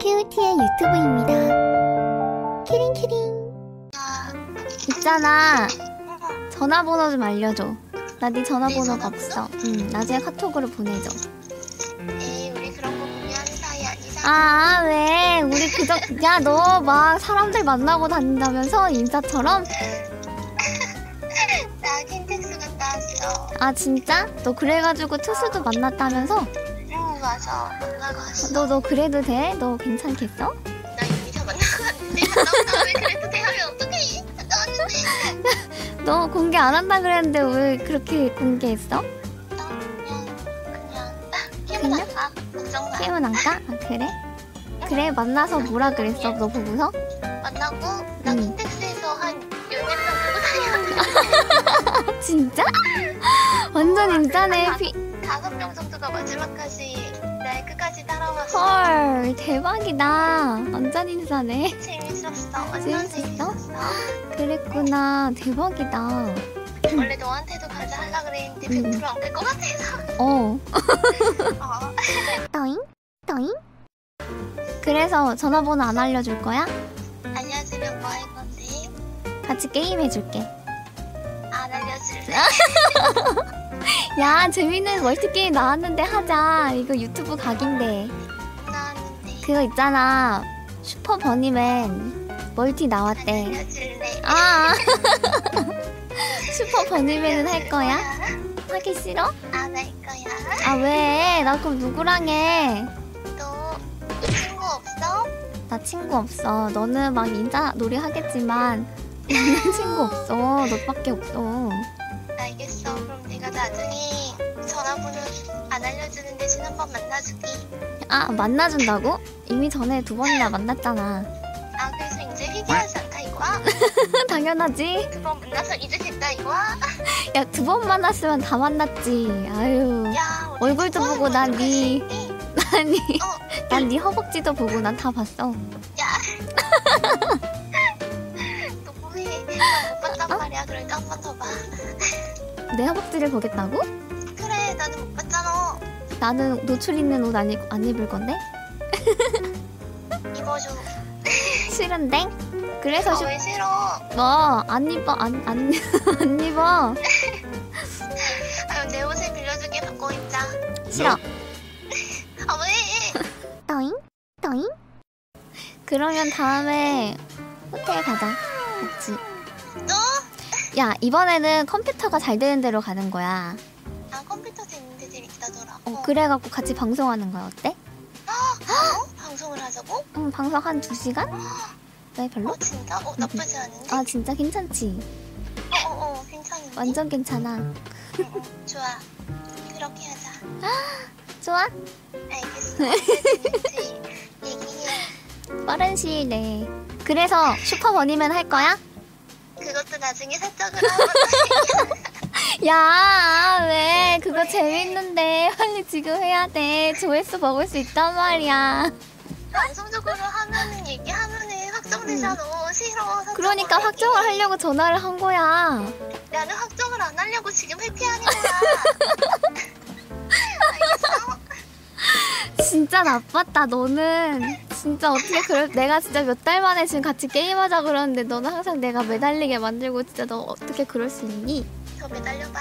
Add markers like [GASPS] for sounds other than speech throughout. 키링키의 유튜브입니다. 키링키링. 있잖아. 전화번호 좀 알려줘. 나 네 전화번호가 네 없어. 응, 나중에 카톡으로 보내줘. 에이 우리 그런 거 공유하는 사이 아니잖아 아, 왜? 우리 그저, 야, 너 막 사람들 만나고 다닌다면서 인싸처럼? 나 킨텍스 갔다 왔어 아, 진짜? 너 그래가지고 투수도 만났다면서? 응 어, 맞아 만나고 왔어 너, 너 그래도 돼? 너 괜찮겠어? 나 이미 다 만나고 왔는데 나보다 왜 그래도 대화를 어떻게 갔다 왔는데 너 공개 안 한다 그랬는데 왜 그렇게 공개했어? 나 그냥 그냥 게임은 그냥? 안가 걱정 마 게임은 안 까? 아, 그래? 그래, 만나서 뭐라 그랬어? 너 보고서? 만나고 나 음. 킨텍스에서 한 연예인 보고 [LAUGHS] 다녔는데 아, 진짜? [GASPS] 완전 인싸네. 피... 다섯 명 정도가 마지막까지 날 끝까지 따라왔어 헐, 대박이다. 완전 인싸네. 재밌었어 완전 재밌었어? 재밌었어 그랬구나. 대박이다. 원래 너한테도 가자 할라 그랬는데 음. 100%안될것 [LAUGHS] 같아서 어. 어. 떠잉? 떠잉? 그래서 전화번호 안 알려줄 거야? 알려주면 뭐 할 건데? 같이 게임 해줄게. 안 알려줄래? 어? 야, 재밌는 멀티게임 나왔는데 하자. 이거 유튜브 각인데. 나한테 그거 있잖아. 슈퍼 버니맨 멀티 안 나왔대. 알려줄래? 아! [LAUGHS] 슈퍼 버니맨은 할 거야? 하기 싫어? 안 할 거야. 아, 왜? 나 그럼 누구랑 해? 너 친구 없어? 나 친구 없어. 너는 막 인자 놀이 하겠지만 나는 [LAUGHS] 친구 없어. 너밖에 없어. 알겠어. 그럼 내가 나중에 전화번호 안 알려주는 대신 한 번 만나주기. 아, 만나준다고? 이미 전에 두 번이나 만났잖아. [LAUGHS] 아 그래서 이제 회개하지 않다 이거야? 아, 당연하지. 두 번 만나서 이제 됐다 이거야? 야, 두 번 만났으면 다 만났지. 아유. 야 우리 어? 얼굴도 두 번은 보고 난 만날 네- 수 있니? 아니, 어, 난 네 허벅지도 보고 난 다 봤어. 너 뭐해? 나못 어? 봤단 말이야. 그러니까 한 번 더 봐. 내 허벅지를 보겠다고? 그래 나는 못 봤잖아. 나는 노출 있는 옷 안, 입, 안 입을 건데? 입어줘. 싫은데? 그래서 아, 슈... 왜 싫어? 뭐, 안 입어, 안, [LAUGHS] 안, 안 입어. 아유 내 옷을 빌려줄게 바꿔 입자. 싫어. 아 왜? 떠잉? 떠잉? 그러면 다음에 호텔 가자. 같이. 너? 야, 이번에는 컴퓨터가 잘 되는 데로 가는 거야. 나 컴퓨터 재밌는데 재밌다더라. 어, 그래갖고 같이 방송하는 거야. 어때? 어? 방송을 하자고? 응, 방송 한 두시간왜 별로? 어 진짜? 어 나쁘지 않은데? 뭐? 음. 아, 진짜 괜찮지? 어어 괜찮은데? 완전 괜찮아. 응, 응, 좋아. 그렇게 하자. 좋아? [LAUGHS] 알겠어. 재밌지? 얘기해. 빠른 시일 내에. 그래서 슈퍼버니맨 할 거야? 그것도 나중에 사적으로 한번 야, 왜? 그거 재밌는데. 빨리 지금 해야 돼. 조회수 먹을 수 있단 말이야. [LAUGHS] 방송적으로 하면은 얘기하면은 확정되잖아. 싫어. 사적으로 음. 그러니까 얘기해. 확정을 하려고 전화를 한 거야. 나는 확정을 안 하려고 지금 회피하는 거야. 알겠어? 진짜 나빴다 너는 진짜 어떻게 그럴 내가 진짜 몇 달 만에 지금 같이 게임하자 그러는데 너는 항상 내가 매달리게 만들고 진짜 너 어떻게 그럴 수 있니? 저 매달려봐.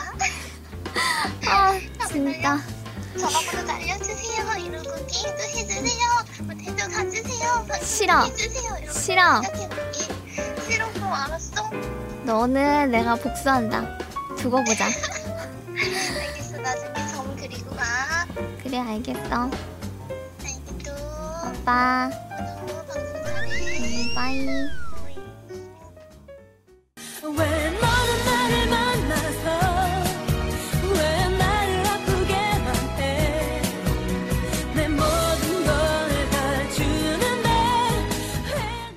[LAUGHS] 아 진짜 전화번호 날려주세요 이러고 게임도 해주세요 뭐 대도 가주세요 방송 싫어. 해주세요 이러고 싫어 시작해볼게 싫어 그럼 알았어 너는 내가 복수한다 두고 보자 알겠어 나중에 점 그리고 와 그래 알겠어 알겠어 오빠 오늘 방송 잘해 음, 빠이